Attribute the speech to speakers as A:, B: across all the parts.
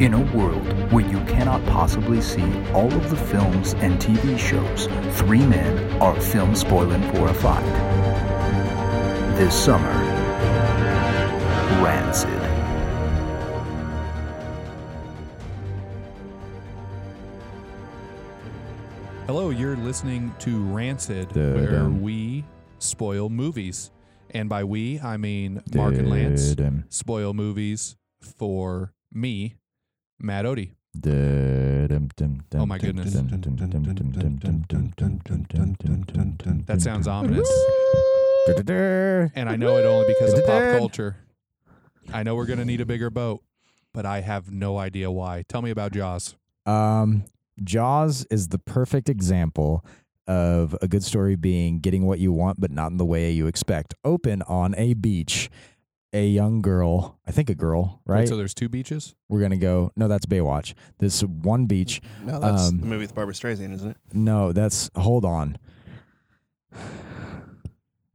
A: In a world where you cannot possibly see all of the films and TV shows, three men are film spoiling for a fight. This summer, Rancid.
B: Hello, you're listening to Rancid,
C: Da-dum.
B: where we spoil movies. And by we, I mean Mark and Lance
C: Dum,
B: spoil movies for me, Matt Odie.
C: dum, dum, dum,
B: Oh my
C: dum,
B: goodness.
C: dum, dum, dum, dum, dum, dum, dum, dum, dum, dum, dum, dum, dum, dum,
B: That sounds
C: dum.
B: ominous.
C: Du-du-du.
B: And I know it only because of pop culture. I know we're going to need a bigger boat, but I have no idea why. Tell me about Jaws.
C: Um, Jaws is the perfect example of a good story being getting what you want, but not in the way you expect. Open on a beach, a young girl, I think a girl,
B: Wait,
C: right?
B: so there's two beaches?
C: We're gonna go. No, that's Baywatch. This one beach.
D: No, that's
C: Um,
D: the movie with Barbara Streisand, isn't it?
C: No, that's hold on.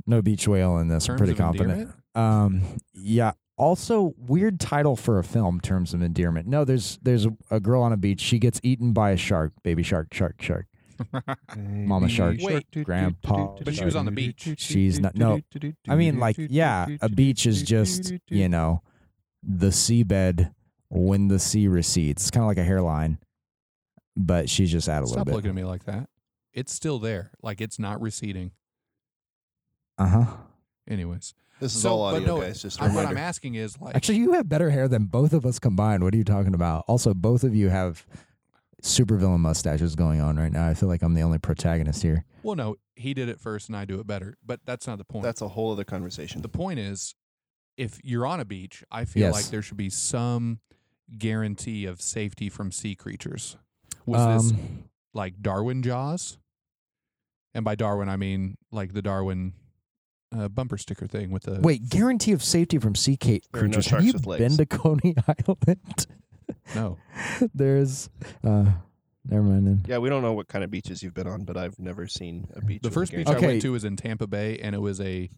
C: No beach whale in this. I'm
B: Terms
C: pretty
B: of
C: confident.
B: endearment?
C: Um, yeah. Also, weird title for a film, Terms of Endearment. No, there's there's a girl on a beach. She gets eaten by a shark. Baby shark, shark, shark. Mama shark,
B: Wait.
C: grandpa.
B: But she was on the beach.
C: She's not. No, I mean, like, yeah, a beach is just you know the seabed when the sea recedes. It's kind of like a hairline, but she's just out a
B: Stop
C: little
B: looking
C: bit.
B: at me like that. It's still there. Like it's not receding.
C: Uh huh.
B: Anyways.
D: This is
B: So,
D: all
B: but
D: audio,
B: no,
D: guys. Just a
B: I- what
D: reminder.
B: I'm asking is like
C: Actually, you have better hair than both of us combined. What are you talking about? Also, both of you have supervillain mustaches going on right now. I feel like I'm the only protagonist here.
B: Well, no, he did it first and I do it better, but that's not the point.
D: That's a whole other conversation.
B: the point is if you're on a beach, I feel
C: Yes.
B: like there should be some guarantee of safety from sea creatures. Was this
C: Um,
B: like Darwin Jaws? And by Darwin, I mean like the Darwin uh, bumper sticker thing with the
C: wait guarantee of safety from sea ca-
D: There are no
C: creatures? have
D: sharks
C: you
D: with
C: been
D: legs.
C: to Coney Island?
B: no.
C: There's, uh, never mind. Then.
D: yeah, we don't know what kind of beaches you've been on, but I've never seen a beach.
B: The
D: with a
B: first beach
D: guarantee.
B: I
C: Okay.
B: went to was in Tampa Bay, and it was a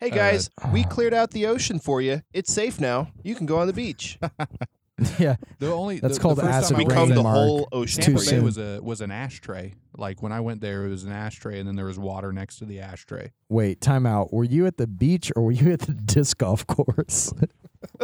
D: Hey guys, we cleared out the ocean for you. It's safe now. You can go on the beach.
C: yeah,
B: the only
C: That's
B: the,
C: called
B: the first
C: acid
B: time
D: we
B: I went
C: rain,
D: combed
B: to
D: the
C: Mark.
D: whole ocean.
C: too
B: Tampa
D: for you.
B: Bay
C: soon.
B: was a was an ashtray. Like when I went there, it was an ashtray, and then there was water next to the ashtray.
C: wait, time out. Were you at the beach or were you at the disc golf course?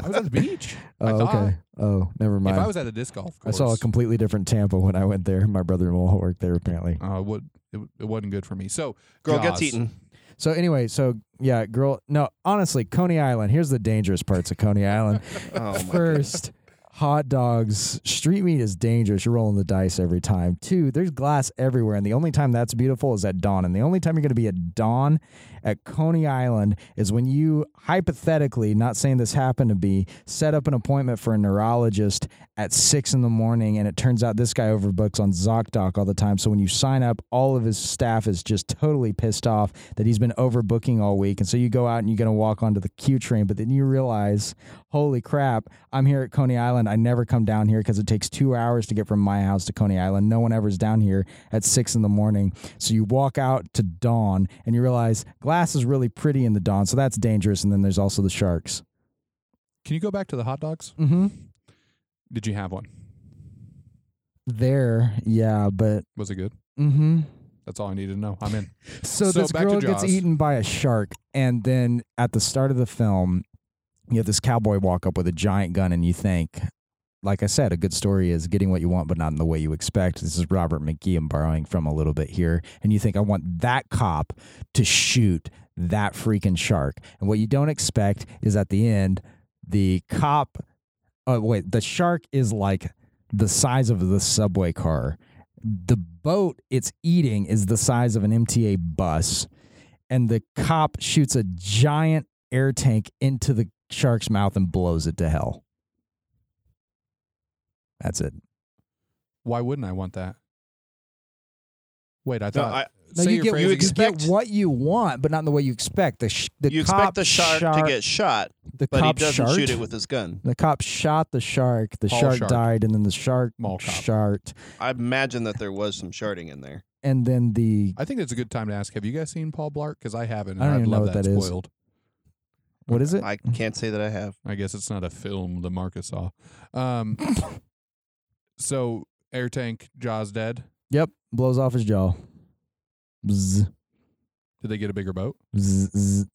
B: I was at the beach. I
C: oh,
B: thought
C: okay. Oh, never
B: if
C: mind.
B: I was at a disc golf
C: I
B: course,
C: saw a completely different Tampa when I went there. My brother-in-law worked there apparently.
B: uh, it would it, it wasn't good for me. So
D: Girl
B: Jaws.
D: gets eaten.
C: So anyway, so yeah, girl. No, honestly, Coney Island. Here's the dangerous parts of Coney Island.
D: Oh my
C: First, hot dogs. Street meat is dangerous. You're rolling the dice every time. Two, there's glass everywhere, and the only time that's beautiful is at dawn. And the only time you're going to be at dawn at Coney Island is when you hypothetically, not saying this happened to be, set up an appointment for a neurologist at six in the morning, and it turns out this guy overbooks on ZocDoc all the time. So when you sign up, all of his staff is just totally pissed off that he's been overbooking all week, and so you go out and you're going to walk onto the Q train, but then you realize, holy crap, I'm here at Coney Island. I never come down here because it takes two hours to get from my house to Coney Island. No one ever's down here at six in the morning. So you walk out to dawn and you realize glass is really pretty in the dawn. So that's dangerous. And then there's also the sharks.
B: Can you go back to the hot dogs?
C: Mm-hmm.
B: Did you have one?
C: There, yeah, but.
B: Was it good?
C: Mm-hmm.
B: That's all I needed to know. I'm in.
C: So,
B: So
C: this
B: back to
C: girl gets
B: Jaws.
C: eaten by a shark, and then at the start of the film, you have this cowboy walk up with a giant gun, and you think, like I said, a good story is getting what you want, but not in the way you expect. This is Robert McGee. I'm borrowing from a little bit here, and you think I want that cop to shoot that freaking shark, and what you don't expect is at the end, the cop. Oh wait, the shark is like the size of the subway car the boat it's eating is the size of an MTA bus, and the cop shoots a giant air tank into the shark's mouth and blows it to hell. That's it.
B: Why wouldn't I want that? Wait, I
D: No,
B: thought.
D: I,
C: No,
B: say
C: you
B: your
C: get
B: phrase
C: you
B: again.
C: expect
D: expect-
C: what you want, but not in the way you expect. The sh- the
D: you
C: cop
D: expect the shark, to get shot,
C: the
D: but he
C: cop
D: doesn't
C: shark-
D: shoot it with his gun.
C: The cop shot the shark. The
B: Mall
C: shark,
B: shark.
C: died, and then the shark
B: Mall cop.
C: shark,
D: I imagine that there was some sharding in there.
C: and then the
B: I think it's a good time to ask. Have you guys seen Paul Blart? Because I haven't. And
C: I don't
B: would
C: even know
B: love
C: what
B: that
C: that is.
B: spoiled.
C: what is it?
D: I can't say that I have.
B: I guess it's not a film that Marcus saw. Um, So air tank Jaws dead.
C: Yep, blows off his jaw. Bzz,
B: Did they get a bigger boat?
C: bzz, bzz.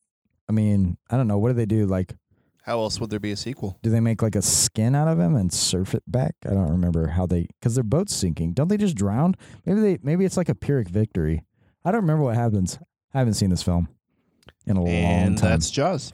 C: I mean, I don't know. What do they do? Like,
D: How else would there be a sequel?
C: do they make like a skin out of him and surf it back? I don't remember how they because their boat's sinking. Don't they just drown? Maybe they maybe it's like a Pyrrhic victory. I don't remember what happens. I haven't seen this film in a long
D: And
C: time.
D: that's Jaws.